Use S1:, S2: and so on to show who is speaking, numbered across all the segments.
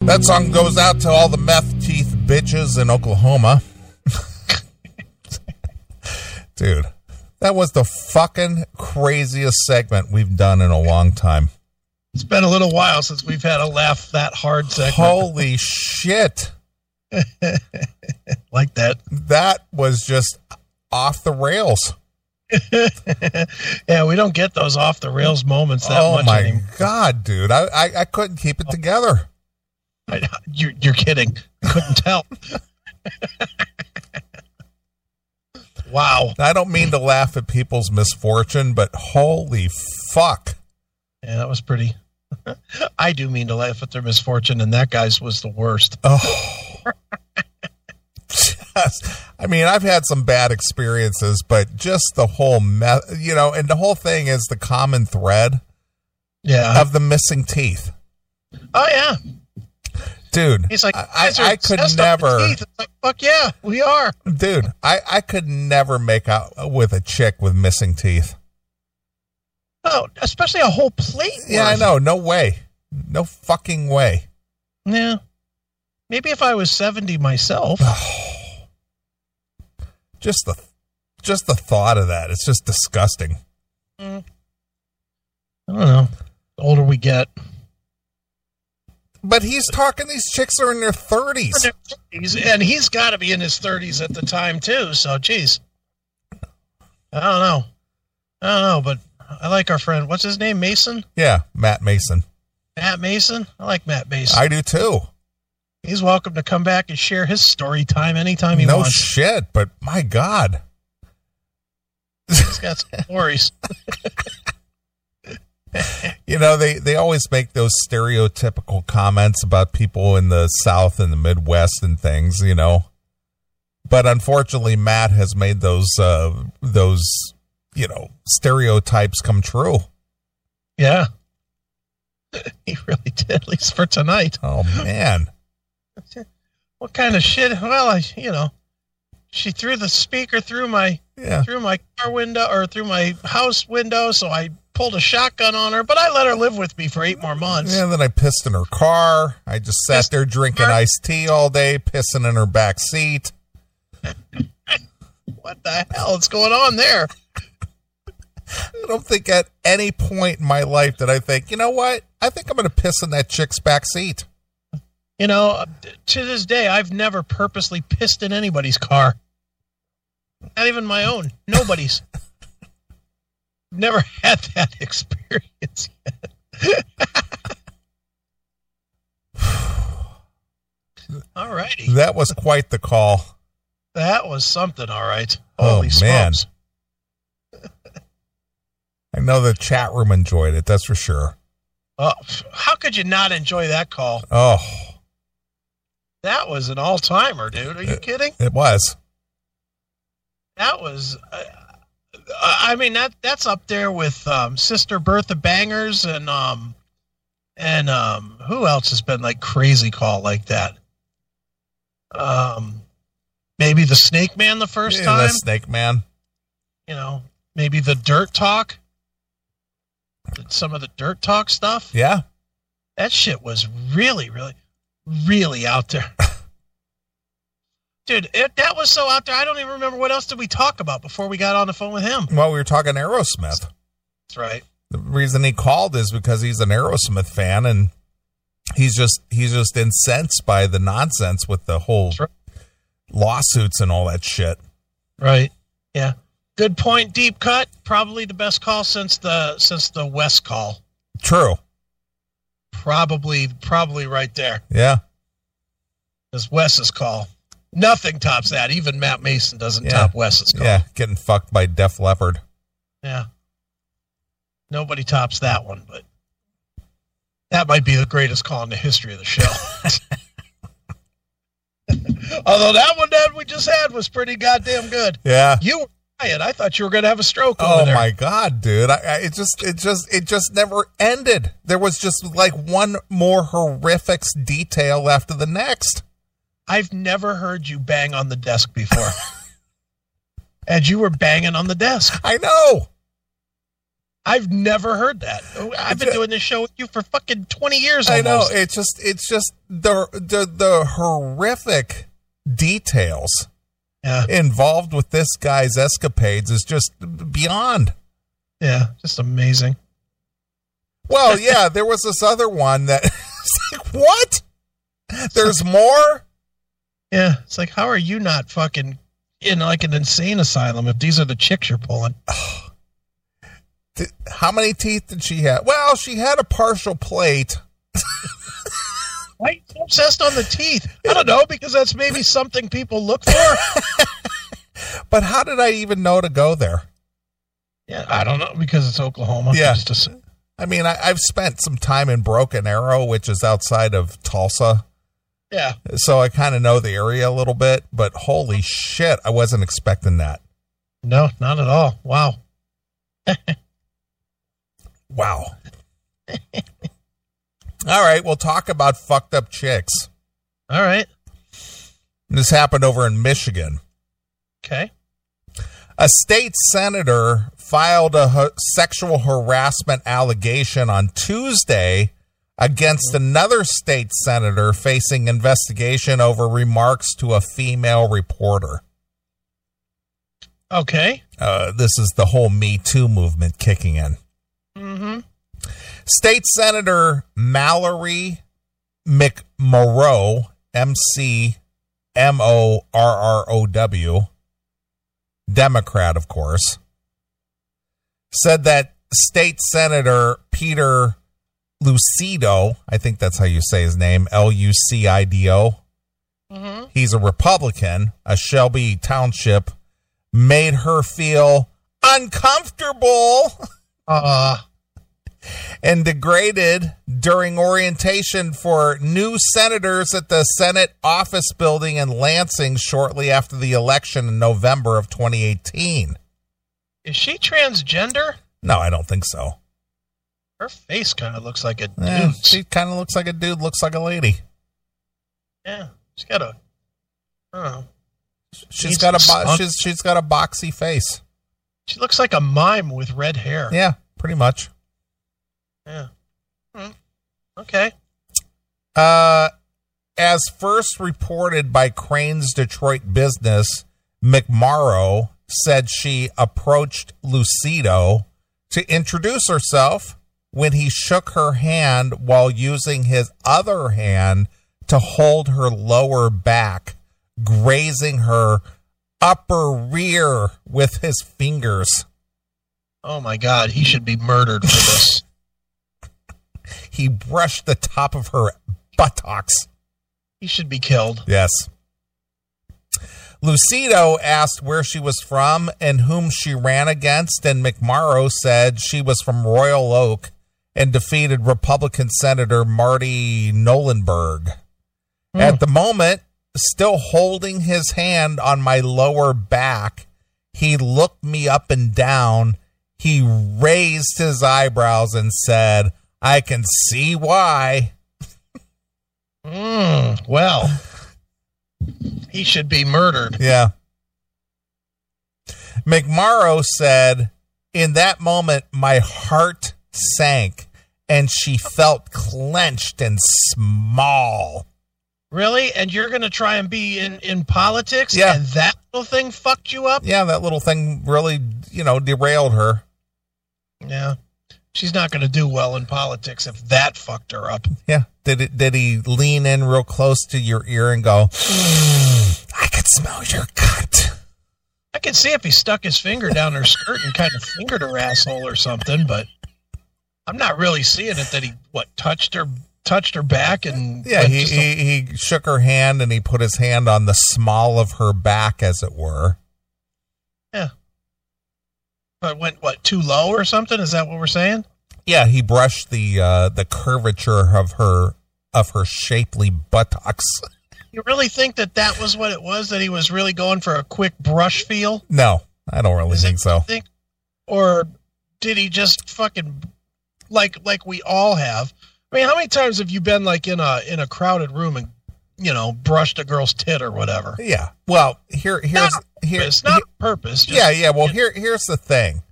S1: That song goes out to all the meth teeth bitches in Oklahoma. Dude, that was the fucking craziest segment we've done in a long time.
S2: It's been a little while since we've had a laugh that hard segment.
S1: Holy shit.
S2: like that.
S1: That was just off the rails.
S2: yeah, we don't get those off the rails moments that
S1: oh
S2: much
S1: my
S2: anymore.
S1: god, dude. I, I, I couldn't keep it together.
S2: I- you, you're kidding. Couldn't tell. wow.
S1: I don't mean to laugh at people's misfortune, but holy fuck.
S2: Yeah, that was pretty. I do mean to laugh at their misfortune, and that guy's was the worst.
S1: Oh. Just- I mean, I've had some bad experiences, but just the whole meth, you know, and the whole thing is the common thread
S2: Yeah.
S1: of the missing teeth.
S2: oh yeah.
S1: Dude,
S2: He's like,
S1: I,
S2: "You
S1: I,
S2: guys are
S1: I could
S2: obsessed with
S1: never,
S2: teeth." It's like, fuck yeah, we are.
S1: dude, I, I could never make out with a chick with missing teeth.
S2: Oh, especially a whole plate.
S1: Yeah, I
S2: worth.
S1: know. No way. No fucking way.
S2: Yeah. Maybe if I was 70 myself.
S1: Just the, just the thought of that. It's just disgusting.
S2: I don't know. The older we get,
S1: But he's talking, these chicks are in their 30s.
S2: He's- and he's got to be in his 30s at the time too. So, geez, I don't know. I don't know, but I like our friend. What's his name? Mason.
S1: Yeah, Matt Mason.
S2: Matt Mason. I like Matt Mason.
S1: I do too.
S2: he's welcome to come back and share his story time anytime he
S1: no
S2: wants.
S1: shit, but my God.
S2: he's got some stories.
S1: You know, they, they always make those stereotypical comments about people in the South and the Midwest and things, you know. But unfortunately, Matt has made those uh, those you know stereotypes come true.
S2: Yeah, he really did. At least for tonight.
S1: Oh man,
S2: What kind of shit? Well, I, you know, she threw the speaker through my
S1: yeah,
S2: through my car window or through my house window, so I pulled a shotgun on her, but I let her live with me for eight more months.
S1: yeah. Then I pissed in her car. I just sat
S2: Pissed
S1: there drinking
S2: car?
S1: iced tea all day, pissing in her back seat.
S2: What the hell is going on there?
S1: I don't think at any point in my life did I think, you know what? I think I'm going to piss in that chick's back seat.
S2: You know, to this day, I've never purposely pissed in anybody's car. Not even my own. Nobody's. never had that experience. All righty.
S1: That was quite the call.
S2: That was something, all right.
S1: Oh,
S2: Holy
S1: man.
S2: smokes.
S1: I know the chat room enjoyed it. That's for sure.
S2: Oh, how could you not enjoy that call?
S1: Oh,
S2: That was an all timer, dude. Are you kidding?
S1: it was.
S2: That was. Uh, I mean that that's up there with um, Sister Bertha Bangers and um and um who else has been like crazy call like that? Um, maybe the Snake Man the first
S1: Yeah,
S2: time.
S1: the snake man.
S2: You know, maybe the Dirt Talk. Some of the Dirt Talk stuff.
S1: Yeah.
S2: That shit was really, really, really out there. Dude, it, that was so out there. I don't even remember what else did we talk about before we got on the phone with him.
S1: Well, we were talking Aerosmith.
S2: That's right.
S1: The reason he called is because he's an Aerosmith fan and he's just he's just incensed by the nonsense with the whole
S2: Sure.
S1: lawsuits and all that shit.
S2: Right. Yeah. Good point. Deep cut. Probably the best call since the since the West call.
S1: True.
S2: Probably probably right there.
S1: Yeah.
S2: Is Wes's call. Nothing tops that. Even Matt Mason doesn't
S1: Yeah.
S2: top Wes's call.
S1: Yeah. Getting fucked by Def Leppard.
S2: Yeah. Nobody tops that one, but that might be the greatest call in the history of the show. Although that one that we just had was pretty goddamn good.
S1: Yeah.
S2: You were quiet. I thought you were going to have a stroke over
S1: Oh
S2: there.
S1: my god, dude! I, I, it just, it just, it just never ended. There was just like one more horrific detail after the next.
S2: I've never heard you bang on the desk before. and you were banging on the desk.
S1: I know.
S2: I've never heard that. I've been doing this show with you for fucking twenty years. Almost.
S1: I know. It's just it's just the the the horrific details
S2: Yeah,
S1: involved with this guy's escapades is just beyond.
S2: yeah, just amazing.
S1: Well, yeah, there was this other one that it's like what? There's more?
S2: Yeah, it's like how are you not fucking in like an insane asylum if these are the chicks you're pulling?
S1: Th- How many teeth did she have? Well, she had a partial plate.
S2: Why are you so obsessed on the teeth? I don't know because that's maybe something people look for.
S1: But how did I even know to go there?
S2: yeah, I don't know because it's Oklahoma.
S1: Yeah.
S2: Just assume.
S1: I mean, I, I've spent some time in Broken Arrow, which is outside of Tulsa,
S2: yeah.
S1: so I kind of know the area a little bit. But holy shit, I wasn't expecting that.
S2: No, not at all. Wow.
S1: Wow. All right, we'll talk about fucked up chicks.
S2: All right.
S1: This happened over in Michigan.
S2: Okay.
S1: A state senator filed a ha- sexual harassment allegation on Tuesday against another state senator facing investigation over remarks to a female reporter.
S2: Okay.
S1: Uh, this is the whole Me Too movement kicking in.
S2: Mm-hmm.
S1: State Senator Mallory McMorrow, M C M O R R O W, Democrat, of course, said that State Senator Peter Lucido, I think that's how you say his name, L U C I D O,
S2: Mm-hmm.
S1: he's a Republican, a Shelby Township, made her feel uncomfortable
S2: Uh,
S1: and degraded during orientation for new senators at the Senate office building in Lansing shortly after the election in November of 2018.
S2: is she transgender?
S1: No, I don't think so.
S2: Her face kind of looks like a dude.
S1: Eh, she kind of looks like a dude, looks like a lady.
S2: yeah. She's got a. I don't know.
S1: She's got a bo- she's she's got a boxy face.
S2: She looks like a mime with red hair.
S1: Yeah, pretty much.
S2: Yeah. Hmm. Okay.
S1: Uh, as first reported by Crane's Detroit Business, McMorrow said she approached Lucido to introduce herself when he shook her hand while using his other hand to hold her lower back, grazing her upper rear with his fingers.
S2: Oh my God, he should be murdered for this.
S1: He brushed the top of her buttocks.
S2: he should be killed.
S1: Yes. Lucido asked where she was from and whom she ran against, and McMorrow said she was from Royal Oak and defeated Republican Senator Marty Nolenberg.
S2: Hmm.
S1: At the moment, still holding his hand on my lower back, he looked me up and down. He raised his eyebrows and said, I can see why.
S2: Mm, well, he should be murdered.
S1: Yeah. McMorrow said, in that moment, my heart sank and she felt clenched and small.
S2: Really? And you're going to try and be in, in politics?
S1: Yeah.
S2: And that little thing fucked you up?
S1: Yeah, that little thing really, you know, derailed her.
S2: Yeah. She's not going to do well in politics if that fucked her up.
S1: Yeah. Did it did he lean in real close to your ear and go, I can smell your cunt.
S2: I could see if he stuck his finger down her skirt and kind of fingered her asshole or something, but I'm not really seeing it that he what touched her touched her back and
S1: Yeah,
S2: went
S1: he,
S2: just a-
S1: he he shook her hand and he put his hand on the small of her back, as it were.
S2: but went what too low or something? Is that what we're saying?
S1: Yeah, he brushed the uh, the curvature of her of her shapely buttocks.
S2: You really think that that was what it was? That he was really going for a quick brush feel?
S1: No, I don't really
S2: Is
S1: think
S2: it
S1: so.
S2: Think, or did he just fucking like like we all have? I mean, how many times have you been like in a in a crowded room and you know brushed a girl's tit or whatever?
S1: Yeah. Well, here here's
S2: Not
S1: here
S2: It's not on purpose. just-
S1: yeah yeah. Well, here here's the thing.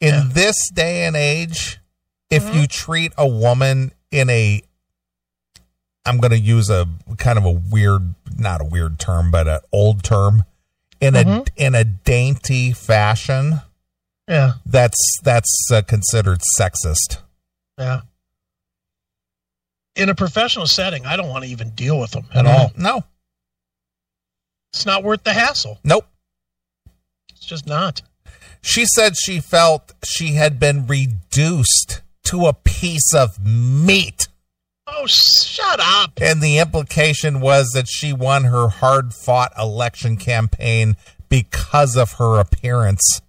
S1: in
S2: Yeah. Mm-hmm.
S1: this day and age, if you treat a woman in a I'm going to use a kind of a weird not a weird term but an old term in a
S2: Mhm.
S1: in a dainty fashion,
S2: Yeah.
S1: that's that's uh, considered sexist.
S2: Yeah. In a professional setting, I don't want to even deal with them at all.
S1: No.
S2: It's not worth the hassle.
S1: Nope.
S2: It's just not.
S1: She said she felt she had been reduced to a piece of meat.
S2: Oh, shut up.
S1: And the implication was that she won her hard fought election campaign because of her appearance.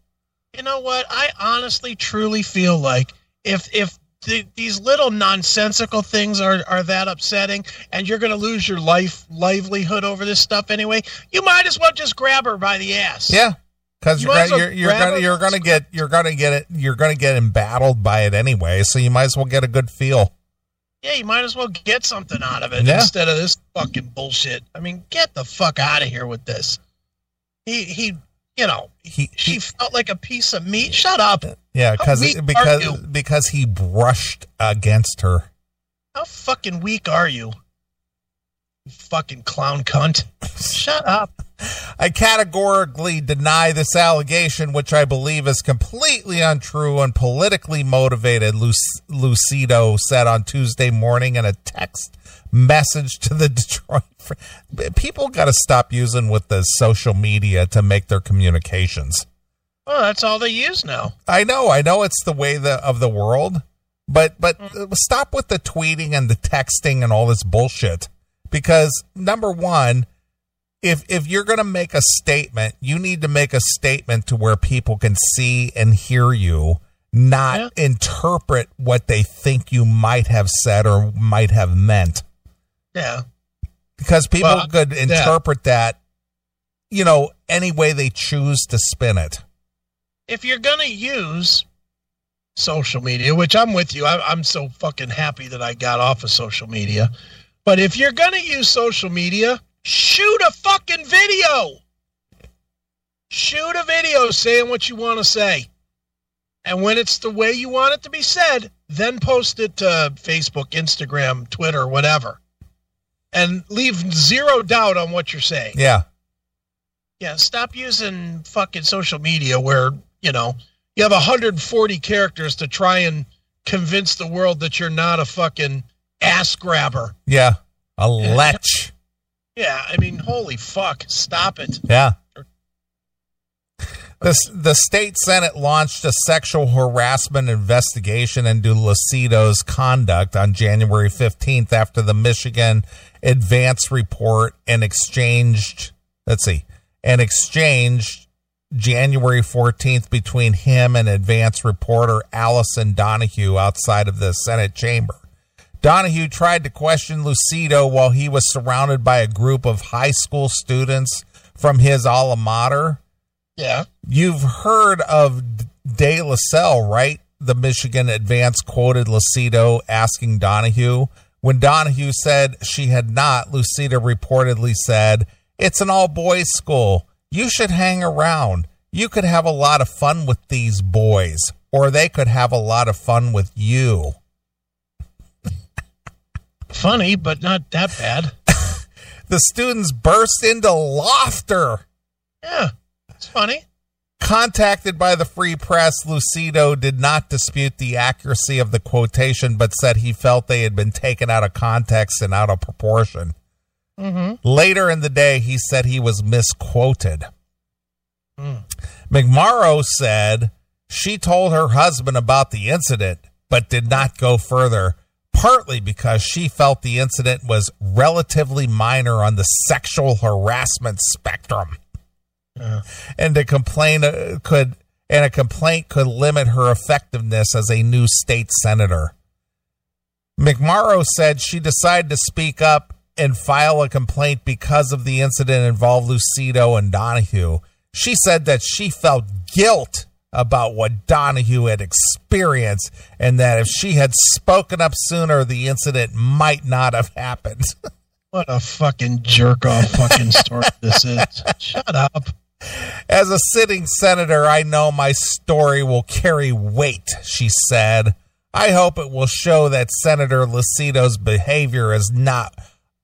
S2: You know what? I honestly, truly feel like if if the, these little nonsensical things are are that upsetting, and you're going to lose your life livelihood over this stuff anyway, you might as well just grab her by the ass.
S1: Yeah. Because
S2: You
S1: you're,
S2: might as
S1: gonna-
S2: well
S1: you're, you're
S2: grab
S1: gonna
S2: her-
S1: you're gonna get you're gonna get it you're gonna get embattled by it anyway, so you might as well get a good feel.
S2: Yeah, you might as well get something out of it
S1: Yeah.
S2: instead of this fucking bullshit. I mean, get the fuck out of here with this. He he, you know,
S1: He,
S2: she
S1: he
S2: felt like a piece of meat. Shut up.
S1: yeah,
S2: How
S1: cause,
S2: weak are you?
S1: because because he brushed against her.
S2: How fucking weak are you? You fucking clown cunt. Shut up.
S1: I categorically deny this allegation, which I believe is completely untrue and politically motivated, Lu- Lucido said on Tuesday morning in a text message to the Detroit. Fr- People got to stop using with the social media to make their communications.
S2: Well, that's all they use now.
S1: I know, I know it's the way the, of the world, but but uh, stop with the tweeting and the texting and all this bullshit. Because number one, if if you're going to make a statement, you need to make a statement to where people can see and hear you, not interpret what they think you might have said or might have meant
S2: Yeah.
S1: because people
S2: Well,
S1: could interpret that you know any way they choose to spin it.
S2: If you're gonna use social media, which I'm with you, I, I'm so fucking happy that I got off of social media. But if you're gonna use social media, shoot a fucking video. Shoot a video saying what you want to say. And when it's the way you want it to be said, then post it to Facebook, Instagram, Twitter, whatever. And leave zero doubt on what you're saying.
S1: Yeah.
S2: Yeah, stop using fucking social media where, you know, you have 140 characters to try and convince the world that you're not a fucking ass grabber.
S1: Yeah. A lech.
S2: Yeah, I mean, holy fuck, stop it.
S1: Yeah. The, the state senate launched a sexual harassment investigation into Lucido's conduct on January 15th after the Michigan advance report and exchanged, let's see, and exchanged January 14th between him and advance reporter Allison Donahue outside of the Senate chamber. Donahue tried to question Lucido while he was surrounded by a group of high school students from his alma mater.
S2: Yeah.
S1: You've heard of D- De La Salle, right? The Michigan Advance quoted Lucido asking Donahue. When Donahue said she had not, Lucida reportedly said, It's an all boys school. You should hang around. You could have a lot of fun with these boys, or they could have a lot of fun with you.
S2: Funny, but not that bad.
S1: The students burst into laughter.
S2: Yeah, it's funny.
S1: Contacted by the Free Press, Lucido did not dispute the accuracy of the quotation, but said he felt they had been taken out of context and out of proportion.
S2: Mm-hmm.
S1: Later in the day, he said he was misquoted.
S2: Mm.
S1: McMorrow said she told her husband about the incident, but did not go further, partly because she felt the incident was relatively minor on the sexual harassment spectrum
S2: Yeah.
S1: and the complaint uh, could and a complaint could limit her effectiveness as a new state senator. McMorrow said she decided to speak up and file a complaint because of the incident involved Lucido and Donahue. She said that she felt guilt about what Donahue had experienced and that if she had spoken up sooner, the incident might not have happened.
S2: What a fucking jerk off fucking story this is. Shut up.
S1: As a sitting senator, I know my story will carry weight, she said. I hope it will show that Senator Lucido's behavior is not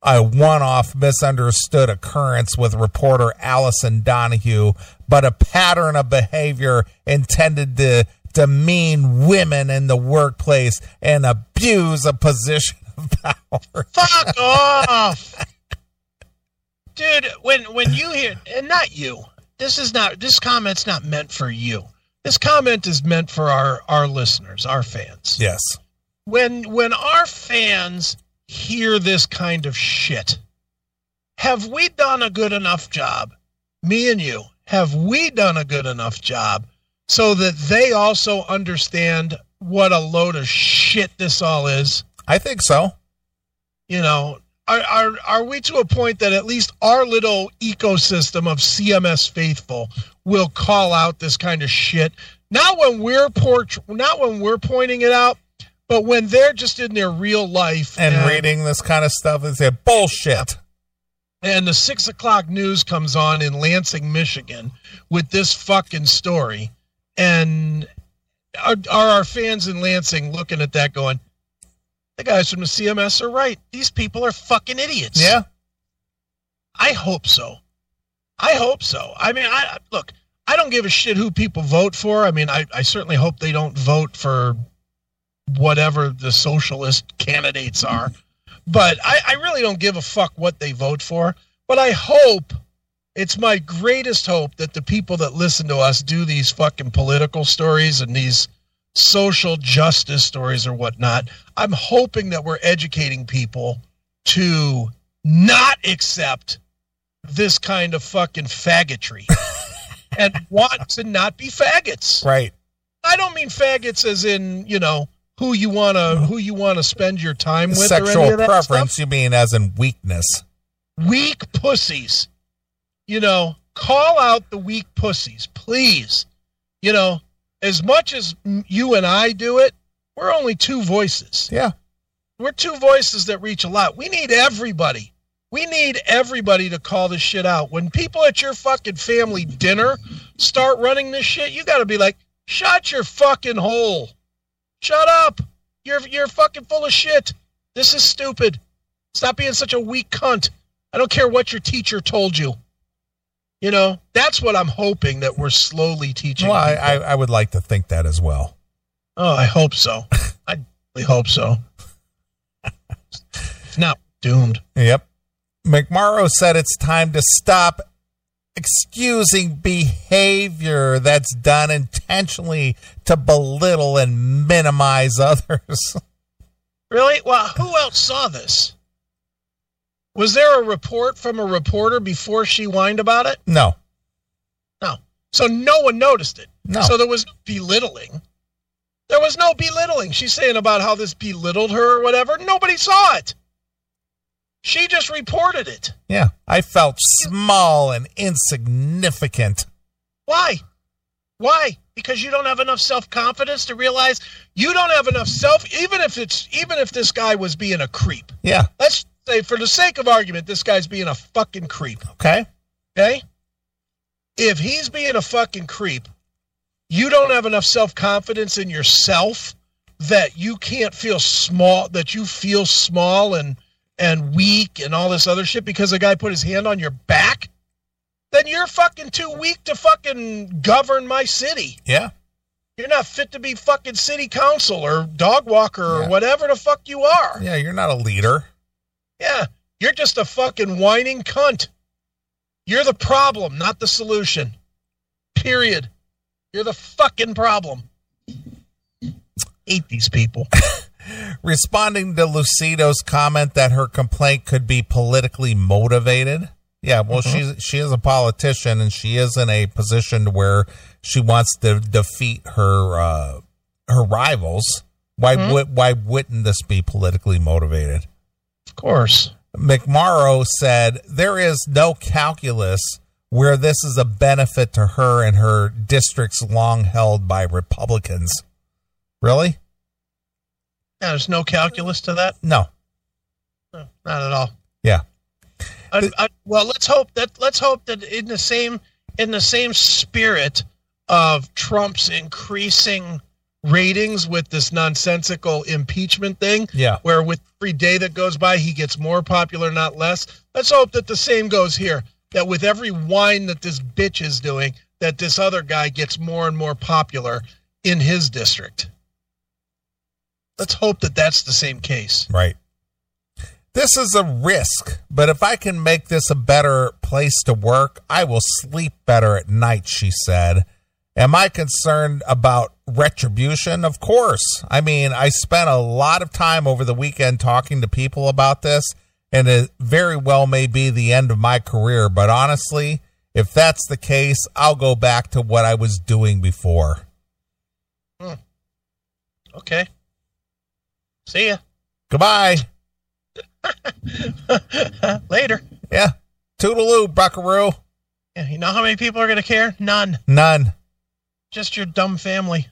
S1: a one off misunderstood occurrence with reporter Allison Donahue, but a pattern of behavior intended to demean women in the workplace and abuse a position of power.
S2: Fuck off, dude. When when you hear and not you, this is not this comment's not meant for you. This comment is meant for our our listeners, our fans.
S1: Yes.
S2: When when our fans hear this kind of shit, have we done a good enough job? Me and you, have we done a good enough job so that they also understand what a load of shit this all is?
S1: I think so.
S2: You know, are are are we to a point that at least our little ecosystem of CMS faithful will call out this kind of shit? Not when we're port- not when we're pointing it out, but when they're just in their real life
S1: and, and reading this kind of stuff and say bullshit.
S2: And the six o'clock news comes on in Lansing, Michigan, with this fucking story, and are, are our fans in Lansing looking at that going? the guys from the CMS are right. These people are fucking idiots.
S1: Yeah.
S2: I hope so. I hope so. I mean, I look, I don't give a shit who people vote for. I mean, I, I certainly hope they don't vote for whatever the socialist candidates are. But I, I really don't give a fuck what they vote for. But I hope it's my greatest hope that the people that listen to us do these fucking political stories and these social justice stories or whatnot. I'm hoping that we're educating people to not accept this kind of fucking faggotry and want to not be faggots.
S1: Right.
S2: I don't mean faggots as in, you know, who you wanna who you wanna spend your time with.
S1: Sexual preference, stuff. you mean as in weakness.
S2: Weak pussies. You know, call out the weak pussies, please. You know, as much as you and I do it, we're only two voices.
S1: Yeah.
S2: We're two voices that reach a lot. We need everybody. We need everybody to call this shit out. When people at your fucking family dinner start running this shit, you got to be like, shut your fucking hole. Shut up. You're, you're fucking full of shit. This is stupid. Stop being such a weak cunt. I don't care what your teacher told you. You know, that's what I'm hoping that we're slowly teaching.
S1: Well, I, I, I, would like to think that as well.
S2: Oh, I hope so. I really hope so. It's not doomed.
S1: Yep. McMorrow said it's time to stop excusing behavior that's done intentionally to belittle and minimize others.
S2: Really? Well, who else saw this? Was there a report from a reporter before she whined about it?
S1: No.
S2: No. So no one noticed it.
S1: No.
S2: So there was belittling. There was no belittling. She's saying about how this belittled her or whatever. Nobody saw it. She just reported it.
S1: Yeah. I felt small and insignificant.
S2: Why? Why? Because you don't have enough self-confidence to realize you don't have enough self even if it's even if this guy was being a creep.
S1: Yeah.
S2: Let's say, for the sake of argument, this guy's being a fucking creep.
S1: Okay.
S2: Okay. If he's being a fucking creep, you don't have enough self confidence in yourself that you can't feel small, that you feel small and and weak and all this other shit because a guy put his hand on your back. Then you're fucking too weak to fucking govern my city.
S1: Yeah.
S2: You're not fit to be fucking city council or dog walker yeah. or whatever the fuck you are.
S1: Yeah, you're not a leader.
S2: Yeah, you're just a fucking whining cunt. You're the problem, not the solution. Period. You're the fucking problem. Hate these people.
S1: Responding to Lucido's comment that her complaint could be politically motivated. Yeah, well, mm-hmm. she's she is a politician and she is in a position where she wants to defeat her uh, her rivals. Why mm-hmm. would why wouldn't this be politically motivated?
S2: Of course.
S1: McMorrow said there is no calculus where this is a benefit to her and her districts long held by Republicans. Really?
S2: Yeah, there's no calculus to that?
S1: No.
S2: no not at all.
S1: Yeah.
S2: I, I, well, let's hope that let's hope that in the same in the same spirit of Trump's increasing ratings with this nonsensical impeachment thing,
S1: Yeah.
S2: where with every day that goes by, he gets more popular, not less. Let's hope that the same goes here. That with every whine that this bitch is doing, that this other guy gets more and more popular in his district. Let's hope that that's the same case.
S1: Right. This is a risk, but if I can make this a better place to work, I will sleep better at night, she said. Am I concerned about retribution? Of course. I mean, I spent a lot of time over the weekend talking to people about this, and it very well may be the end of my career, but honestly, if that's the case, I'll go back to what I was doing before.
S2: Okay. See ya.
S1: Goodbye.
S2: Later.
S1: Yeah. Toodaloo, buckaroo.
S2: Yeah, you know how many people are going to care? None.
S1: None.
S2: Just your dumb family.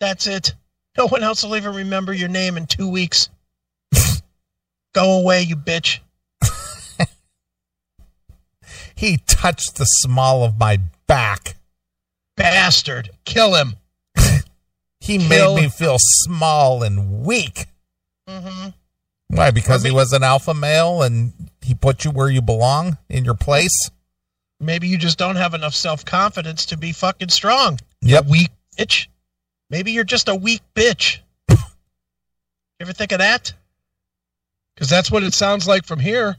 S2: That's it. No one else will even remember your name in two weeks. Go away, you bitch.
S1: He touched the small of my back.
S2: Bastard. Kill him.
S1: He
S2: Kill-
S1: made me feel small and weak.
S2: hmm
S1: Why? Because he
S2: me-
S1: was an alpha male and he put you where you belong in your place?
S2: Maybe you just don't have enough self confidence to be fucking strong.
S1: Yep.
S2: Weak bitch. Maybe you're just a weak bitch. You ever think of that? Because that's what it sounds like from here.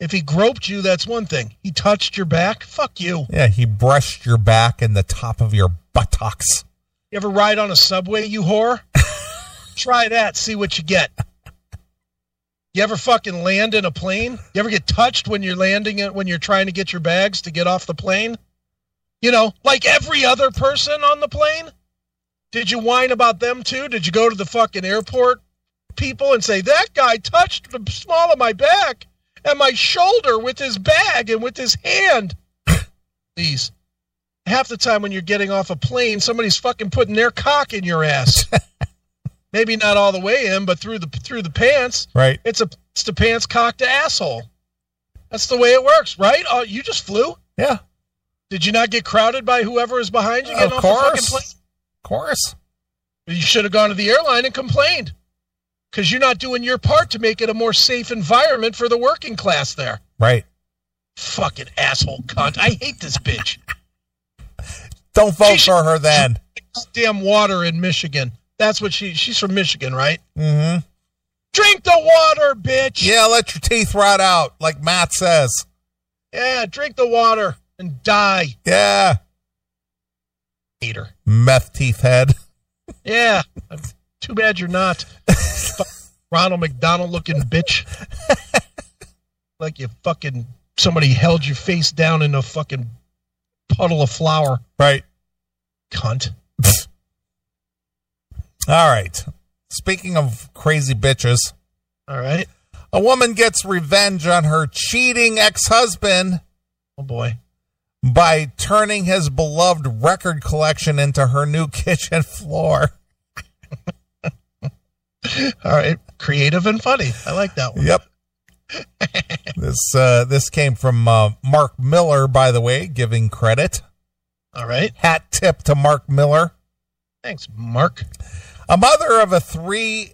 S2: If he groped you, that's one thing. He touched your back. Fuck you.
S1: Yeah, he brushed your back and the top of your buttocks.
S2: You ever ride on a subway, you whore? Try that, see what you get. You ever fucking land in a plane? You ever get touched when you're landing it when you're trying to get your bags to get off the plane? You know, like every other person on the plane? Did you whine about them too? Did you go to the fucking airport people and say, that guy touched the small of my back and my shoulder with his bag and with his hand? Please half the time when you're getting off a plane, somebody's fucking putting their cock in your ass. Maybe not all the way in, but through the through the pants.
S1: Right.
S2: It's a it's the pants cock to asshole. That's the way it works, right? Oh, you just flew.
S1: Yeah. Of
S2: Did you not get crowded by whoever is behind you? Getting off
S1: course.
S2: The fucking
S1: course.
S2: plane? You should have gone to the airline and complained because you're not doing your part to make it a more safe environment for the working class there.
S1: Right.
S2: Fucking asshole cunt. I hate this bitch.
S1: Don't vote
S2: She
S1: for her then.
S2: damn water in Michigan. That's what she she's from Michigan, right?
S1: Mm-hmm.
S2: Drink the water, bitch.
S1: Yeah, let your teeth rot out, like Matt says.
S2: Yeah, drink the water and die,
S1: Yeah.
S2: hater.
S1: Meth teeth head.
S2: Yeah. Too bad you're not. Ronald McDonald looking bitch. like you fucking somebody held your face down in a fucking puddle of flour,
S1: Right.
S2: cunt.
S1: All right. Speaking of crazy bitches.
S2: All right.
S1: A woman gets revenge on her cheating ex husband
S2: Oh boy.
S1: by turning his beloved record collection into her new kitchen floor.
S2: All right. Creative and funny. I like that one.
S1: Yep. this uh, this came from uh, Mark Miller, by the way, giving credit.
S2: All right.
S1: Hat tip to Mark Miller.
S2: Thanks, Mark.
S1: A mother of a three,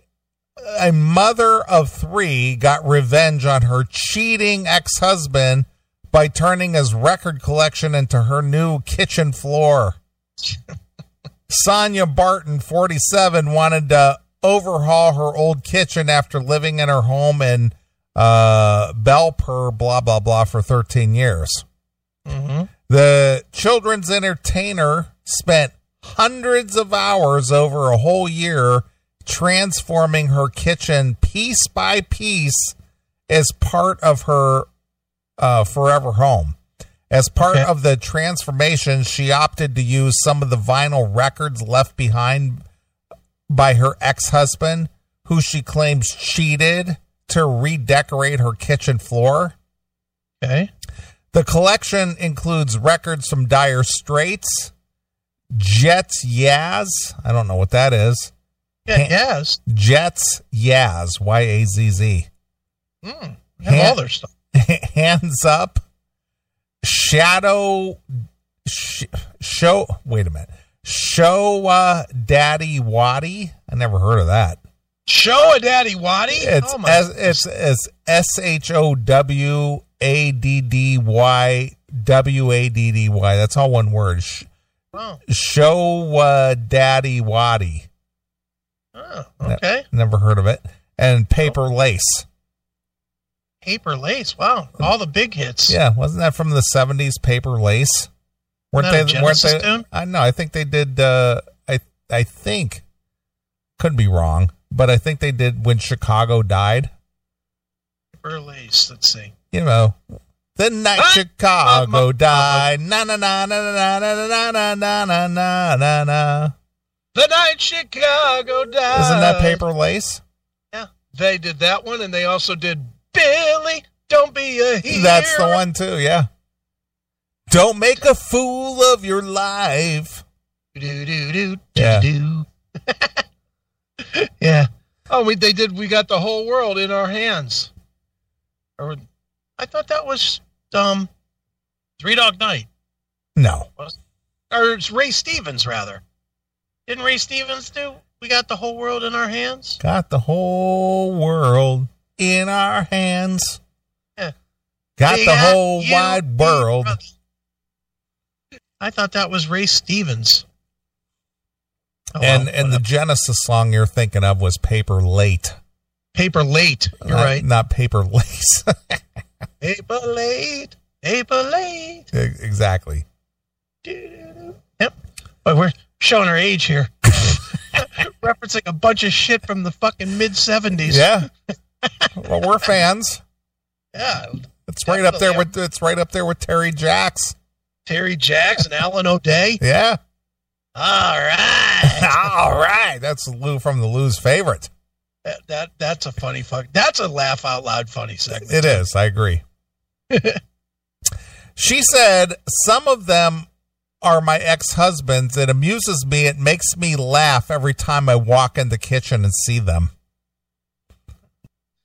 S1: a mother of three got revenge on her cheating ex husband by turning his record collection into her new kitchen floor. Sonia Barton, 47, wanted to overhaul her old kitchen after living in her home in uh, Belper, blah, blah, blah, for 13 years.
S2: Mm-hmm.
S1: The children's entertainer spent hundreds of hours over a whole year transforming her kitchen piece by piece as part of her uh, forever home. As part
S2: Okay.
S1: of the transformation, she opted to use some of the vinyl records left behind by her ex husband, who she claims cheated, to redecorate her kitchen floor.
S2: Okay.
S1: The collection includes records from Dire Straits, Jets Yaz. I don't know what that is.
S2: Yeah,
S1: Can't-
S2: yes.
S1: Jets Yaz, Y A Z Z.
S2: Mm, have
S1: Hand-
S2: all their stuff.
S1: Hands Up, Shadow sh- Show. Wait a minute. Showa Daddy Waddy. I never heard of that.
S2: Show a daddy waddy. Oh,
S1: It's S- it's it's S H O W A D D Y W A D D Y. That's all one word. Sh-
S2: oh,
S1: Showa Daddy Waddy.
S2: oh, okay.
S1: Never heard of it. And Paper
S2: Oh.
S1: Lace.
S2: Paper lace. Wow, all the big hits.
S1: Yeah, wasn't that from the seventies? Paper Lace. Weren't
S2: Isn't that a
S1: they? Weren't
S2: Genesis
S1: they?
S2: tune?
S1: I know. I think they did. Uh, I I think could be wrong, but I think they did when Chicago died.
S2: Paper lace. Let's see.
S1: You know, the night
S2: Ah!
S1: Chicago died. Na na na na na na na na na na na na na.
S2: The night Chicago died.
S1: Isn't that Paper Lace?
S2: Yeah, they did that one, and they also did Billy. Don't be a hero.
S1: That's the one too. Yeah. Don't make a fool of your life.
S2: Do, do, do, do,
S1: Yeah.
S2: do. yeah. Oh, we they did. We got the whole world in our hands. Or, I thought that was um, Three Dog Night,
S1: No.
S2: or it's Ray Stevens rather. Didn't Ray Stevens do? We got the whole world in our hands.
S1: Got the whole world in our hands.
S2: Yeah.
S1: Got the
S2: Yeah,
S1: whole
S2: you
S1: wide
S2: be
S1: world.
S2: right. I thought that was Ray Stevens. Oh,
S1: And
S2: well,
S1: and the Genesis song you're thinking of was Paper Late.
S2: paper late. You're
S1: not,
S2: right.
S1: Not Paper Lace.
S2: Paper late. Paper late.
S1: E, exactly.
S2: Doo-doo-doo. Yep. But we're showing our age here. Referencing a bunch of shit from the fucking mid 70s.
S1: Yeah. well, we're fans.
S2: Yeah.
S1: It's right up there
S2: Definitely.
S1: with it's right up there with Terry Jacks.
S2: Terry Jacks and Alan O'Day.
S1: Yeah.
S2: All right.
S1: All right. That's Lou from the Lou's favorite.
S2: that, that That's a funny fuck. That's a laugh out loud funny segment.
S1: It is. I agree. she said, Some of them are my ex husbands. It amuses me. It makes me laugh every time I walk in the kitchen and see them.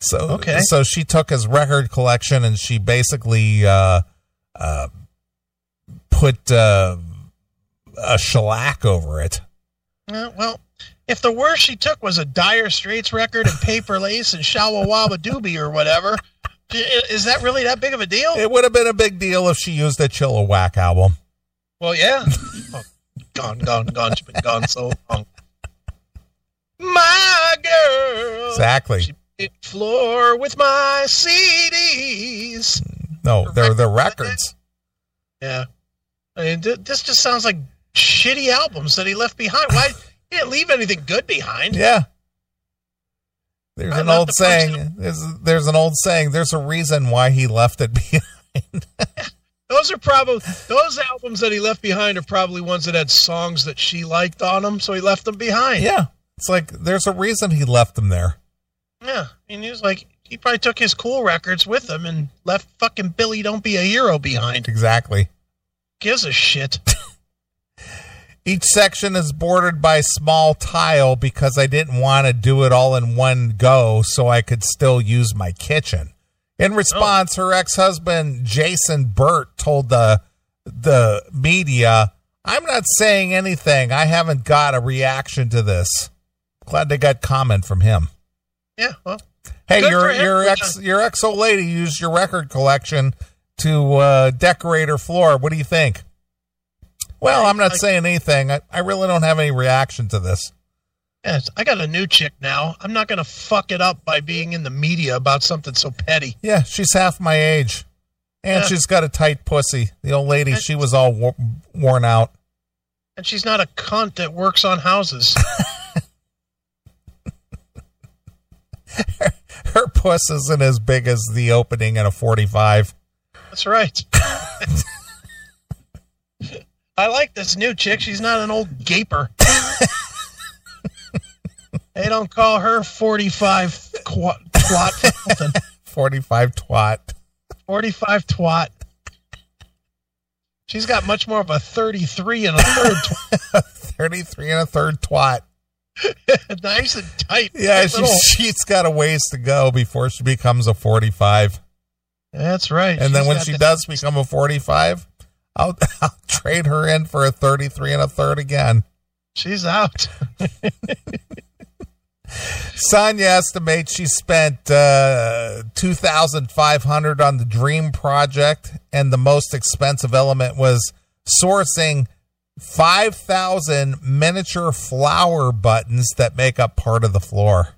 S1: So,
S2: Okay.
S1: so she took his record collection and she basically uh, uh, put uh, a shellac over it.
S2: Uh, well, if the worst she took was a Dire Straits record and Paper Lace and Shawa Waba Doobie or whatever, i- is that really that big of a deal?
S1: It would have been a big deal if she used a Chilliwack album.
S2: Well, yeah. Oh, gone, gone, gone. She's been gone so long. My girl.
S1: Exactly.
S2: Oh, She hit floor with my CDs.
S1: No, they're the records.
S2: Yeah. I mean, th- this just sounds like shitty albums that he left behind. Why? He didn't leave anything good behind.
S1: Yeah. There's
S2: I
S1: an
S2: love
S1: old
S2: the
S1: saying. There's, there's an old saying. There's a reason why he left it behind.
S2: Those are probably those albums that he left behind are probably ones that had songs that she liked on them, so he left them behind.
S1: Yeah. It's like there's a reason he left them there.
S2: Yeah, and he was like, he probably took his cool records with him and left fucking Billy Don't Be a Hero behind.
S1: Exactly.
S2: Gives a shit.
S1: Each section is bordered by small tile because I didn't want to do it all in one go so I could still use my kitchen. In response, her ex-husband Jason Burt told the the media, "I'm not saying anything. I haven't got a reaction to this." Glad they got comment from him.
S2: Yeah, well,
S1: Hey,
S2: Good
S1: your
S2: for him.
S1: your ex your ex old lady used your record collection to uh, decorate her floor. What do you think? Well, I'm not
S2: I-
S1: saying anything. I, I really don't have any reaction to this.
S2: yes, I got a new chick now. I'm not gonna fuck it up by being in the media about something so petty.
S1: Yeah, she's half my age, and
S2: Yeah.
S1: she's got a tight pussy. The old lady,
S2: That's-
S1: she was all wor- worn out.
S2: And she's not a cunt that works on houses.
S1: Her puss isn't as big as the opening in a 45.
S2: That's right. I like this new chick. She's not an old gaper. they don't call her 45 quat, twat for nothing.
S1: 45 twat.
S2: 45 twat. She's got much more of a 33 and a third twat.
S1: 33 and a third twat.
S2: nice and tight.
S1: Yeah,
S2: Nice
S1: she,
S2: little-
S1: she's got a ways to go before she becomes a 45.
S2: That's right.
S1: And then
S2: She's
S1: when
S2: got
S1: she
S2: that-
S1: does become a 45, I'll, I'll trade her in for a 33 and a third again.
S2: She's out.
S1: Sonia estimates she spent uh, 2500 on the Dream Project, and the most expensive element was sourcing 5,000 miniature flower buttons that make up part of the floor.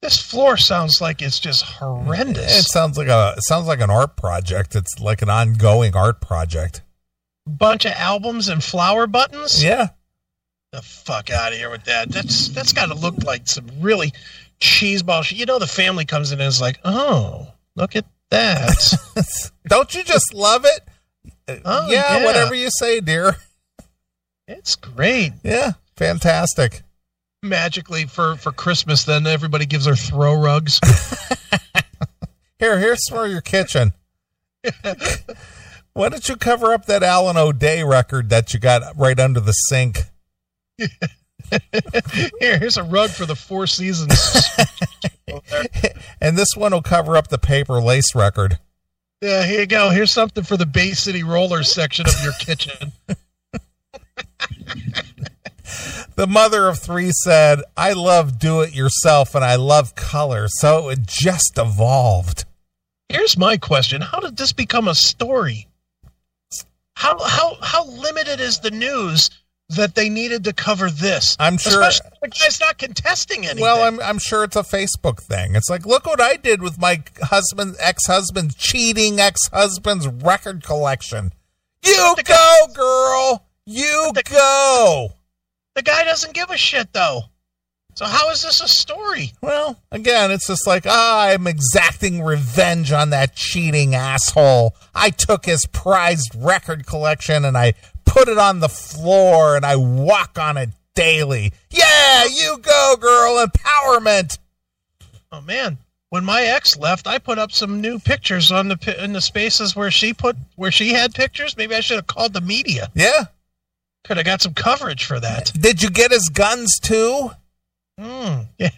S2: This floor sounds like it's just horrendous.
S1: It sounds like a it sounds like an art project. It's like an ongoing art project.
S2: Bunch of albums and flower buttons.
S1: Yeah.
S2: The fuck out of here with that. That's that's got to look like some really cheeseball shit. You know, the family comes in and is like, "Oh, look at that."
S1: Don't you just love it?
S2: Oh,
S1: yeah,
S2: yeah.
S1: whatever you say, dear.
S2: it's great.
S1: Yeah, fantastic.
S2: Magically for for Christmas, then everybody gives her throw rugs.
S1: Here, here's for your kitchen. Why don't you cover up that Alan O'Day record that you got right under the sink?
S2: Here, here's a rug for the Four Seasons.
S1: And this one will cover up the paper lace record.
S2: yeah, here you go. Here's something for the Bay City Rollers section of your kitchen.
S1: The mother of three said, I love do it yourself and I love color. So it just evolved.
S2: Here's my question: How did this become a story? How how how limited is the news that they needed to cover this?
S1: I'm sure-
S2: Especially if the guy's not contesting anything.
S1: Well, I'm, I'm sure it's a Facebook thing. It's like, look what I did with my husband, ex husband's cheating ex husband's record collection. You go, girl. You go.
S2: the guy doesn't give a shit though. So how is this a story?
S1: Well, again, it's just like, ah, I'm exacting revenge on that cheating asshole. I took his prized record collection and I put it on the floor and I walk on it daily. Yeah, you go, girl. Empowerment.
S2: Oh man, when my ex left, I put up some new pictures on the pi- in the spaces where she put where she had pictures. Maybe I should have called the media.
S1: Yeah.
S2: Could have got some coverage for that.
S1: Did you get his guns too?
S2: Mm, yeah.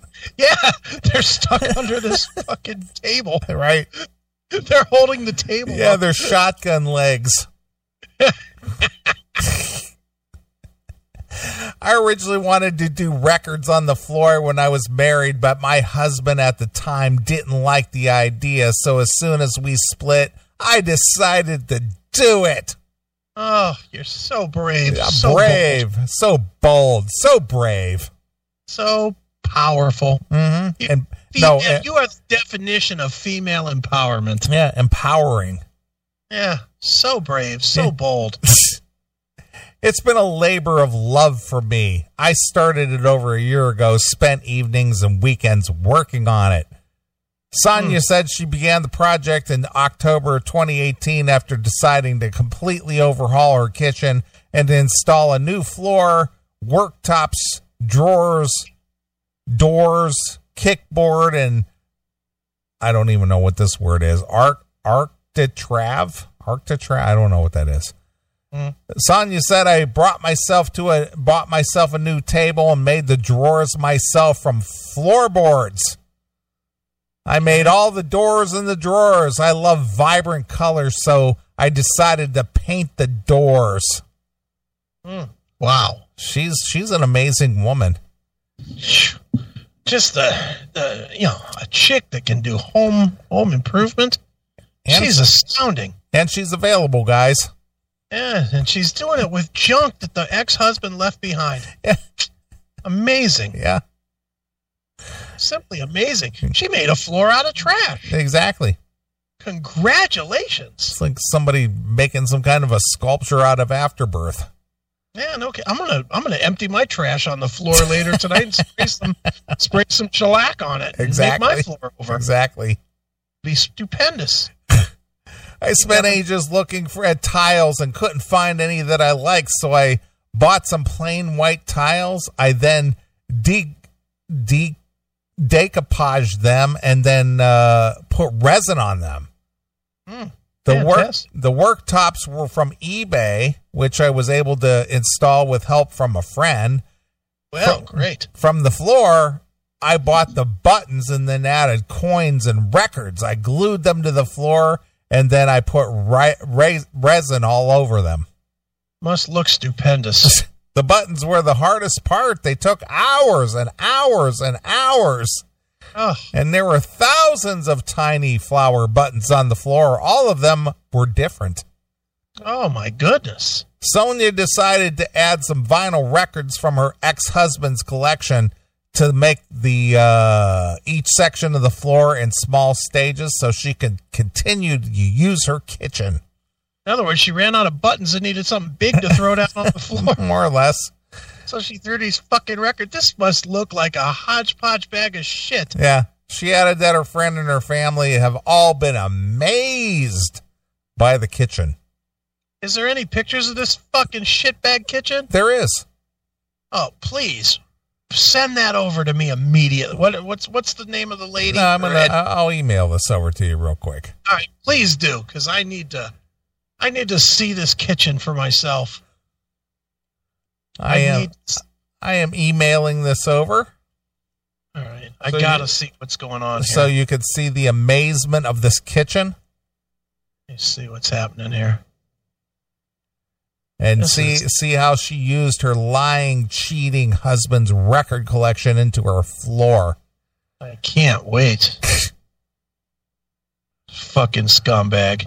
S2: yeah, they're stuck under this fucking table.
S1: Right.
S2: They're holding the table.
S1: Yeah,
S2: up.
S1: they're shotgun legs. I originally wanted to do records on the floor when I was married, but my husband at the time didn't like the idea. So as soon as we split, I decided to do it.
S2: Oh, you're so brave.
S1: I'm
S2: so bold,
S1: brave, so bold, so brave.
S2: so powerful.
S1: hmm
S2: You-
S1: And
S2: Fe-
S1: no,
S2: yeah,
S1: eh,
S2: you are the definition of female empowerment.
S1: yeah, empowering.
S2: Yeah, so brave, so
S1: Yeah.
S2: bold.
S1: It's been a labor of love for me. I started it over a year ago, spent evenings and weekends working on it. Sonia said she began the project in October 2018 after deciding to completely overhaul her kitchen and install a new floor, worktops, drawers, doors, kickboard, and I don't even know what this word is. Arc, arctitrav? Arctitrav? I don't know what that is. Sonia said I brought myself to a bought myself a new table and made the drawers myself from floorboards. I made all the doors and the drawers. I love vibrant colors, so I decided to paint the doors.
S2: Hmm, Wow.
S1: She's she's an amazing woman.
S2: Just the, the you know, a chick that can do home home improvement.
S1: And,
S2: She's astounding.
S1: and she's available, guys.
S2: Yeah, Eh, and she's doing it with junk that the ex-husband left behind.
S1: Yeah.
S2: Amazing.
S1: Yeah,
S2: Simply amazing. She made a floor out of trash.
S1: exactly.
S2: Congratulations.
S1: It's like somebody making some kind of a sculpture out of afterbirth.
S2: Man, okay. I'm gonna I'm gonna empty my trash on the floor later tonight and spray some spray some shellac on it. and Make
S1: Exactly.
S2: my floor over.
S1: Exactly.
S2: Be stupendous.
S1: I spent ages looking for at tiles and couldn't find any that I liked, so I bought some plain white tiles. I then de de decoupaged them and then uh, put resin on them.
S2: Mm,
S1: The work
S2: fantastic.
S1: the worktops were from eBay, which I was able to install with help from a friend.
S2: Well, great.
S1: From the floor, I bought the buttons and then added coins and records. I glued them to the floor and then I put ri- res- resin all over them.
S2: Must look stupendous.
S1: The buttons were the hardest part. They took hours and hours and hours.
S2: Ugh.
S1: And there were thousands of tiny flower buttons on the floor. All of them were different.
S2: Oh my goodness.
S1: Sonia decided to add some vinyl records from her ex-husband's collection to make the uh, each section of the floor in small stages so she could continue to use her kitchen
S2: In other words, she ran out of buttons and needed something big to throw down on the floor.
S1: more or less
S2: So she threw these fucking records. This must look like a hodgepodge bag of shit.
S1: yeah she added that her friend and her family have all been amazed by the kitchen
S2: Is there any pictures of this fucking shitbag kitchen?
S1: there is
S2: Oh, please. Send that over to me immediately. What, what's what's the name of the lady?
S1: no, i'm gonna
S2: Or Ed-
S1: I- i'll email this over to you real quick
S2: All right, please do, because I need to. I need to see this kitchen for myself.
S1: i, am
S2: need.
S1: i am emailing this over
S2: All right, I
S1: So you-
S2: gotta see what's going on.
S1: so
S2: here.
S1: you could see the amazement of this kitchen
S2: Let me see what's happening here.
S1: and
S2: This
S1: see
S2: is-
S1: see how she used her lying, cheating husband's record collection into her floor.
S2: I can't wait. Fucking scumbag.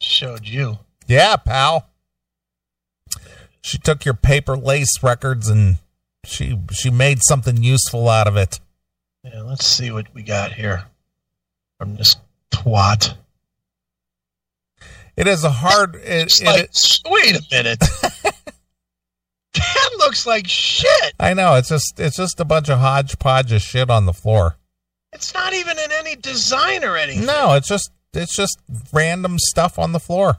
S2: Showed you.
S1: Yeah, pal. She took your paper lace records and she she made something useful out of it.
S2: Yeah, let's see what we got here from this twat.
S1: It is a hard it,
S2: It's
S1: it-
S2: like, wait a minute. that looks like shit.
S1: I know, it's just it's just a bunch of hodgepodge of shit on the floor.
S2: It's not even in any design or anything.
S1: No, it's just it's just random stuff on the floor.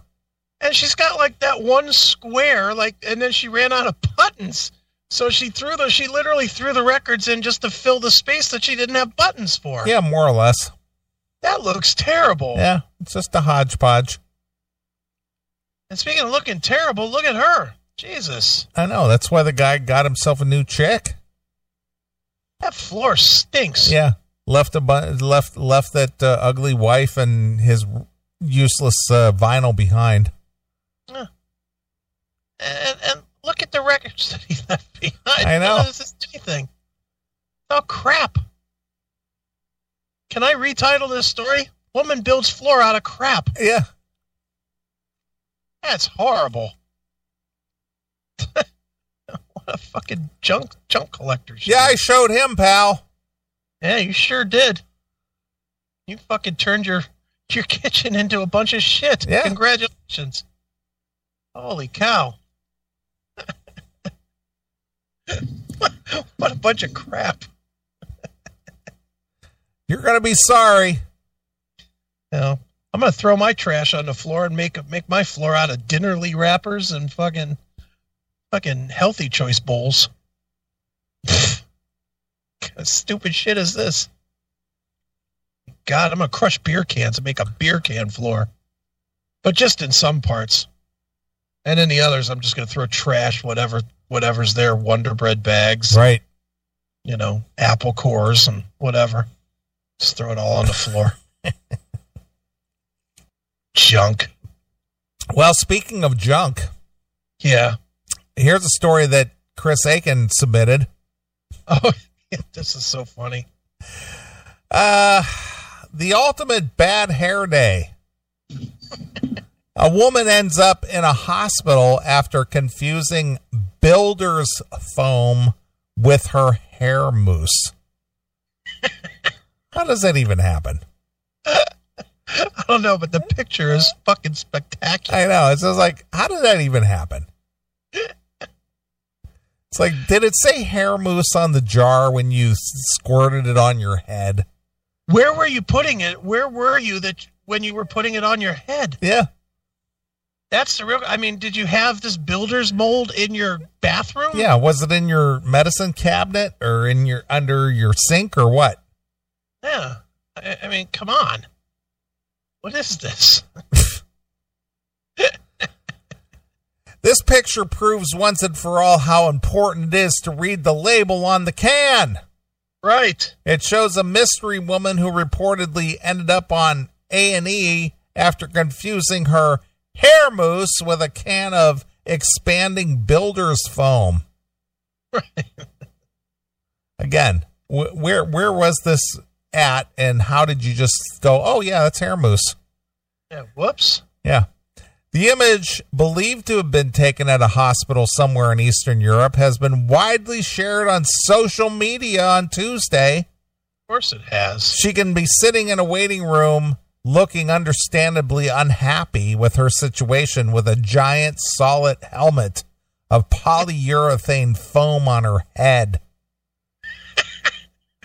S2: And she's got like that one square, like, and then she ran out of buttons. So she threw the, she literally threw the records in just to fill the space that she didn't have buttons for.
S1: Yeah, more or less.
S2: That looks terrible.
S1: Yeah, it's just a hodgepodge.
S2: And speaking of looking terrible, look at her. Jesus.
S1: I know, that's why the guy got himself a new chick.
S2: That floor stinks.
S1: Yeah, left a bu- left left that uh, ugly wife and his useless uh, vinyl behind.
S2: And, and look at the records that he left behind.
S1: I know.
S2: None of This is anything. Oh, crap. Can I retitle this story? Woman builds floor out of crap.
S1: Yeah,
S2: That's horrible. what a fucking junk junk collector. she
S1: yeah, I
S2: is.
S1: showed him, pal.
S2: yeah, you sure did. You fucking turned your your kitchen into a bunch of shit.
S1: Yeah.
S2: Congratulations. Holy cow. what, what a bunch of crap.
S1: You're gonna be sorry.
S2: You know, I'm gonna throw my trash on the floor and make make my floor out of dinnerly wrappers and fucking fucking healthy choice bowls. What kind of stupid shit is this? God, I'm gonna crush beer cans and make a beer can floor, but just in some parts, and in the others, I'm just gonna throw trash, whatever whatever's there, Wonder Bread bags,
S1: Right.
S2: you know, apple cores and whatever. Just throw it all on the floor. Junk.
S1: Well, speaking of junk,
S2: Yeah.
S1: here's a story that Chris Aiken submitted.
S2: Oh, yeah, this is so funny.
S1: Uh, the ultimate bad hair day. a woman ends up in a hospital after confusing builder's foam with her hair mousse. How does that even happen?
S2: I don't know, but the picture is fucking spectacular.
S1: I know. It's just like, how did that even happen? It's like, did it say hair mousse on the jar when you s- squirted it on your head?
S2: Where were you putting it? Where were you that when you were putting it on your head?
S1: Yeah.
S2: That's the real. I mean, did you have this builder's mold in your bathroom?
S1: Yeah, was it in your medicine cabinet or in your under your sink or what?
S2: Yeah. I, I mean, come on. What is this?
S1: This picture proves once and for all how important it is to read the label on the can.
S2: Right.
S1: It shows a mystery woman who reportedly ended up on A&E after confusing her hair mousse with a can of expanding builder's foam.
S2: Right.
S1: Again, wh- where where was this at and how did you just go, "Oh yeah, that's hair mousse."
S2: Yeah, whoops.
S1: Yeah. The image, believed to have been taken at a hospital somewhere in Eastern Europe, has been widely shared on social media on Tuesday.
S2: Of course it has.
S1: She can be sitting in a waiting room looking understandably unhappy with her situation with a giant solid helmet of polyurethane foam on her head.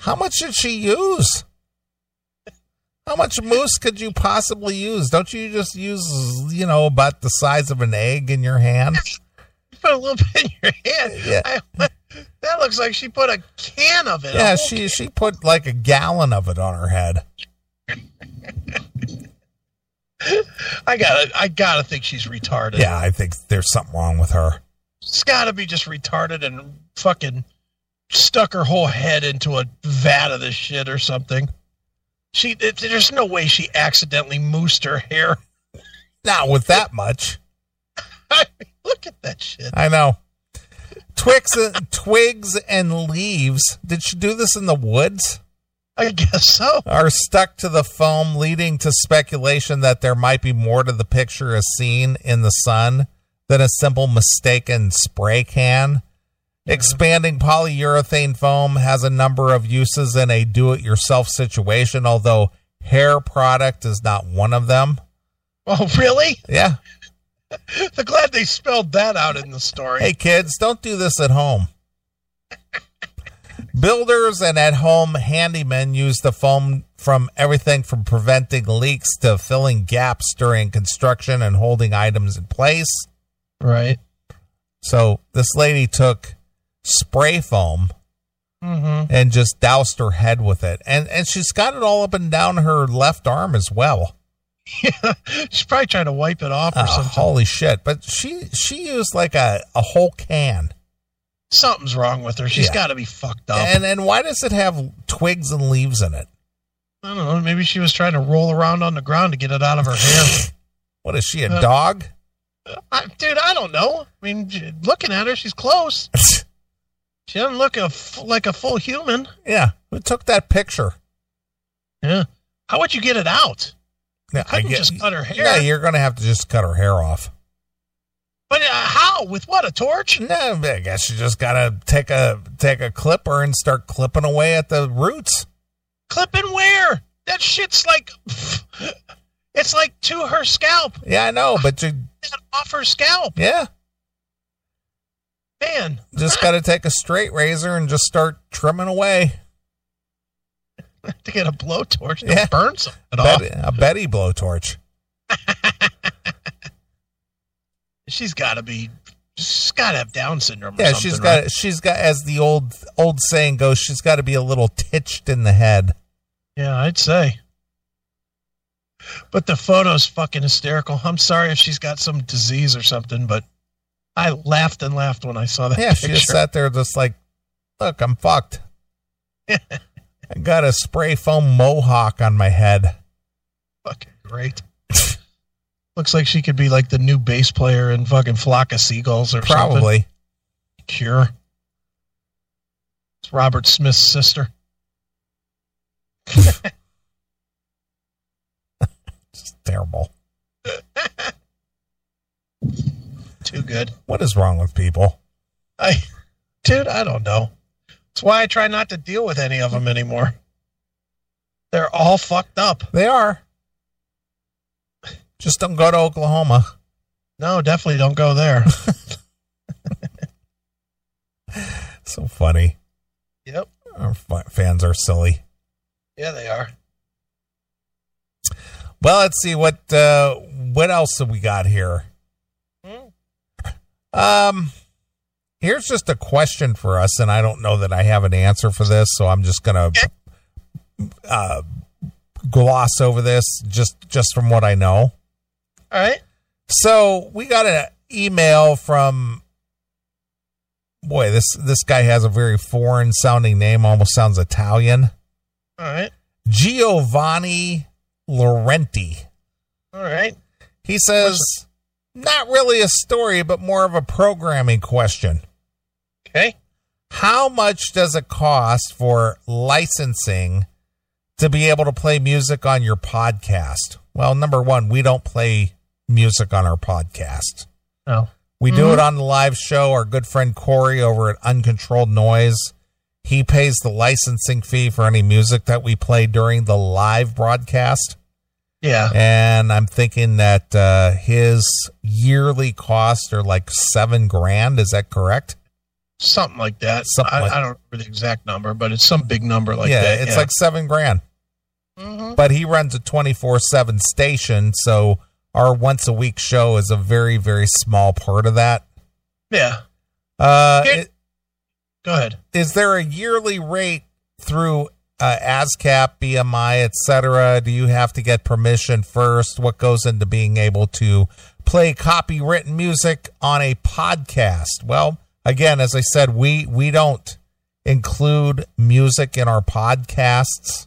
S1: How much did she use? How much mousse could you possibly use? Don't you just use, you know, about the size of an egg in your hand?
S2: You put a little bit in your hand.
S1: Yeah.
S2: I- that looks like she put a can of it.
S1: Yeah,
S2: on.
S1: she she put like a gallon of it on her head.
S2: I gotta, I gotta think she's retarded.
S1: Yeah, I think there's something wrong with her.
S2: It's gotta be just retarded and fucking stuck her whole head into a vat of this shit or something. She, it, there's no way she accidentally moosed her hair.
S1: Not with that much.
S2: I mean, look at that shit.
S1: I know. Twigs, twigs and leaves. Did she do this in the woods?
S2: I guess so.
S1: Are stuck to the foam, leading to speculation that there might be more to the picture as seen in the sun than a simple mistaken spray can. Expanding polyurethane foam has a number of uses in a do it yourself situation, although hair product is not one of them.
S2: Oh, really?
S1: Yeah.
S2: I'm glad they spelled that out in the story.
S1: Hey kids, don't do this at home. Builders and at home handymen use the foam from everything from preventing leaks to filling gaps during construction and holding items in place.
S2: Right.
S1: So this lady took spray foam
S2: Mm-hmm.
S1: and just doused her head with it. And and she's got it all up and down her left arm as well.
S2: She's probably trying to wipe it off or
S1: Uh,
S2: something.
S1: holy shit. But she she used like a, a whole can.
S2: Something's wrong with her. She's
S1: Yeah.
S2: got to be fucked up.
S1: And and why does it have twigs and leaves in it?
S2: I don't know. Maybe she was trying to roll around on the ground to get it out of her hair.
S1: What is she, a
S2: Uh,
S1: dog?
S2: I, dude, I don't know. I mean, j- looking at her, she's close. She doesn't look a f- like a full human.
S1: yeah. Who took that picture?
S2: Yeah. How would you get it out?
S1: Yeah,
S2: couldn't just cut her hair.
S1: Yeah, you're going to have to just cut her hair off.
S2: But uh, how? With what? A torch?
S1: No, I guess you just got to take a take a clipper and start clipping away at the roots.
S2: Clipping where? That shit's like. It's like to her scalp.
S1: Yeah, I know, but you
S2: That off her scalp.
S1: yeah,
S2: Man.
S1: just got to take a straight razor and just start trimming away.
S2: to get a blowtorch to
S1: Yeah.
S2: burn something off.
S1: Bet- a Betty blowtorch.
S2: She's got to be. She's got to have Down syndrome. Or
S1: Yeah,
S2: something,
S1: she's got
S2: right?
S1: she's got as the old old saying goes, she's got to be a little titched in the head.
S2: Yeah, I'd say. But the photo's fucking hysterical. I'm sorry if she's got some disease or something, but I laughed and laughed when I saw that.
S1: Yeah, she just
S2: picture.
S1: sat there just like, look, I'm fucked. I got a spray foam mohawk on my head.
S2: fucking great. Looks like she could be like the new bass player in fucking Flock of Seagulls or something.
S1: Probably.
S2: Cure. It's Robert Smith's sister.
S1: It's terrible.
S2: Too good.
S1: What is wrong with people?
S2: I, dude, I don't know. That's why I try not to deal with any of them anymore. They're all fucked up.
S1: They are. Just don't go to Oklahoma.
S2: No, definitely don't go there.
S1: So funny.
S2: yep.
S1: Our fa- fans are silly.
S2: Yeah, they are.
S1: Well, let's see what uh, what else have we got here.
S2: Hmm.
S1: Um, here's just a question for us, and I don't know that I have an answer for this, so I'm just gonna uh, gloss over this just just from what I know.
S2: All right.
S1: So we got a email from boy this this guy has a very foreign sounding name almost sounds italian
S2: All right.
S1: giovanni laurenti
S2: All right.
S1: he says not really a story but more of a programming question
S2: Okay.
S1: how much does it cost for licensing to be able to play music on your podcast well number one we don't play music on our podcast
S2: Oh.
S1: We do it on the live show. Our good friend Corey over at Uncontrolled Noise, he pays the licensing fee for any music that we play during the live broadcast.
S2: Yeah.
S1: And I'm thinking that uh, his yearly costs are like seven grand. Is that correct?
S2: Something like that.
S1: Something
S2: I,
S1: like-
S2: I don't remember the exact number, but it's some big number like
S1: yeah,
S2: that.
S1: it's like seven grand.
S2: Mhm.
S1: But he runs a 24 7 station. So our once a week show is a very, very small part of that.
S2: Yeah.
S1: Uh,
S2: Here-
S1: it-
S2: Go ahead.
S1: is there a yearly rate through uh, ASCAP, BMI, etc.? Do you have to get permission first? What goes into being able to play copywritten music on a podcast? Well, again, as I said, we we don't include music in our podcasts,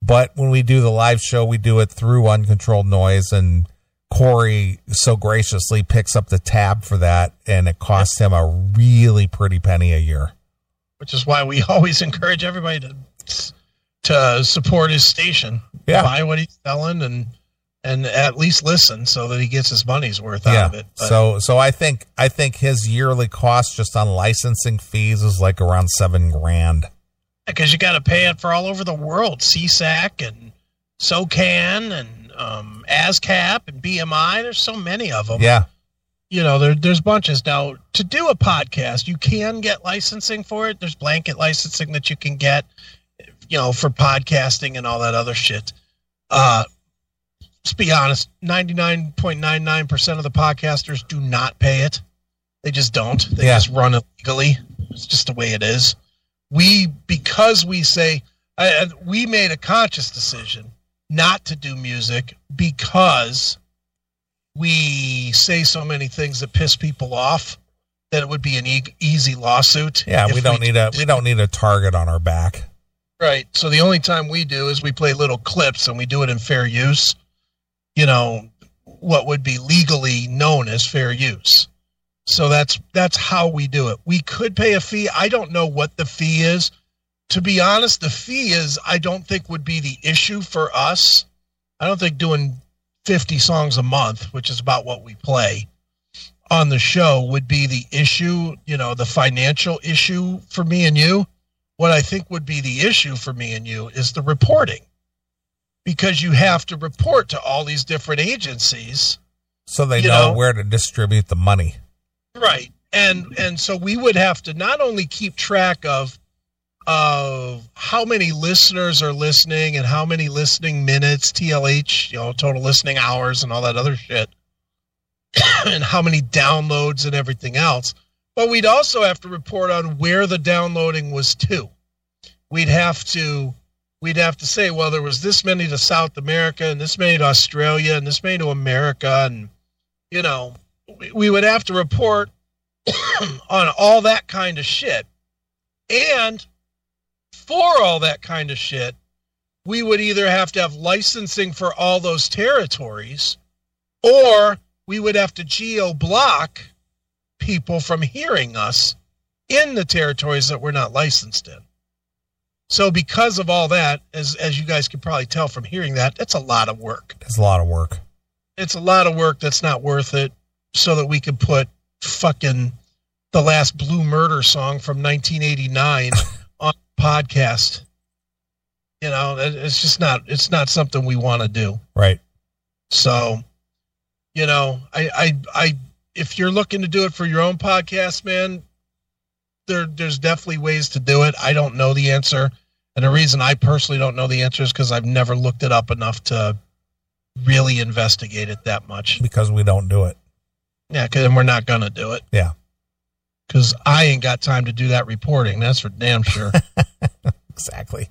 S1: but when we do the live show, we do it through uncontrolled noise and. Corey so graciously picks up the tab for that, and it costs him a really pretty penny a year.
S2: Which is why we always encourage everybody to to support his station.
S1: Yeah.
S2: Buy what he's selling and and at least listen so that he gets his money's worth out of it. But-
S1: So so I think I think his yearly cost just on licensing fees is like around seven grand.
S2: because you got to pay it for all over the world csac and socan and um, ascap and bmi there's so many of them
S1: Yeah.
S2: you know there, there's bunches now to do a podcast you can get licensing for it there's blanket licensing that you can get you know for podcasting and all that other shit uh let's be honest 99.99% of the podcasters do not pay it they just don't they
S1: Yeah.
S2: just run it legally it's just the way it is we because we say I, I- we made a conscious decision not to do music because we say so many things that piss people off that it would be an e- easy lawsuit.
S1: Yeah.
S2: if
S1: we don't need a we don't need a target on our back.
S2: Right. So the only time we do is we play little clips and we do it in fair use. You know, what would be legally known as fair use. So that's that's how we do it. We could pay a fee. I don't know what the fee is. To be honest, the fee is I don't think would be the issue for us. I don't think doing 50 songs a month, which is about what we play on the show would be the issue, you know, the financial issue for me and you what I think would be the issue for me and you is the reporting because you have to report to all these different agencies.
S1: So they
S2: You
S1: know,
S2: know.
S1: where to distribute the money.
S2: Right. And and so we would have to not only keep track of of how many listeners are listening and how many listening minutes, TLH, you know, total listening hours and all that other shit. and how many downloads and everything else. But we'd also have to report on where the downloading was to. We'd have to we'd have to say, well, there was this many to South America and this many to Australia and this many to America and you know, we- we would have to report on all that kind of shit. And for all that kind of shit, we would either have to have licensing for all those territories or we would have to geo block people from hearing us in the territories that we're not licensed in. So because of all that, as as you guys can probably tell from hearing that, that's a lot of work
S1: It's a lot of work.
S2: it's a lot of work that's not worth it so that we could put fucking the last blue murder song from 1989 on podcast you know it- it's just not it's not something we want to do
S1: Right.
S2: so you know I, I i if you're looking to do it for your own podcast man there there's definitely ways to do it i don't know the answer and the reason i personally don't know the answer is because i've never looked it up enough to really investigate it that much
S1: Because we don't do it.
S2: yeah, because we're not going to do it.
S1: Yeah.
S2: Because I ain't got time to do that reporting. That's for damn sure.
S1: Exactly.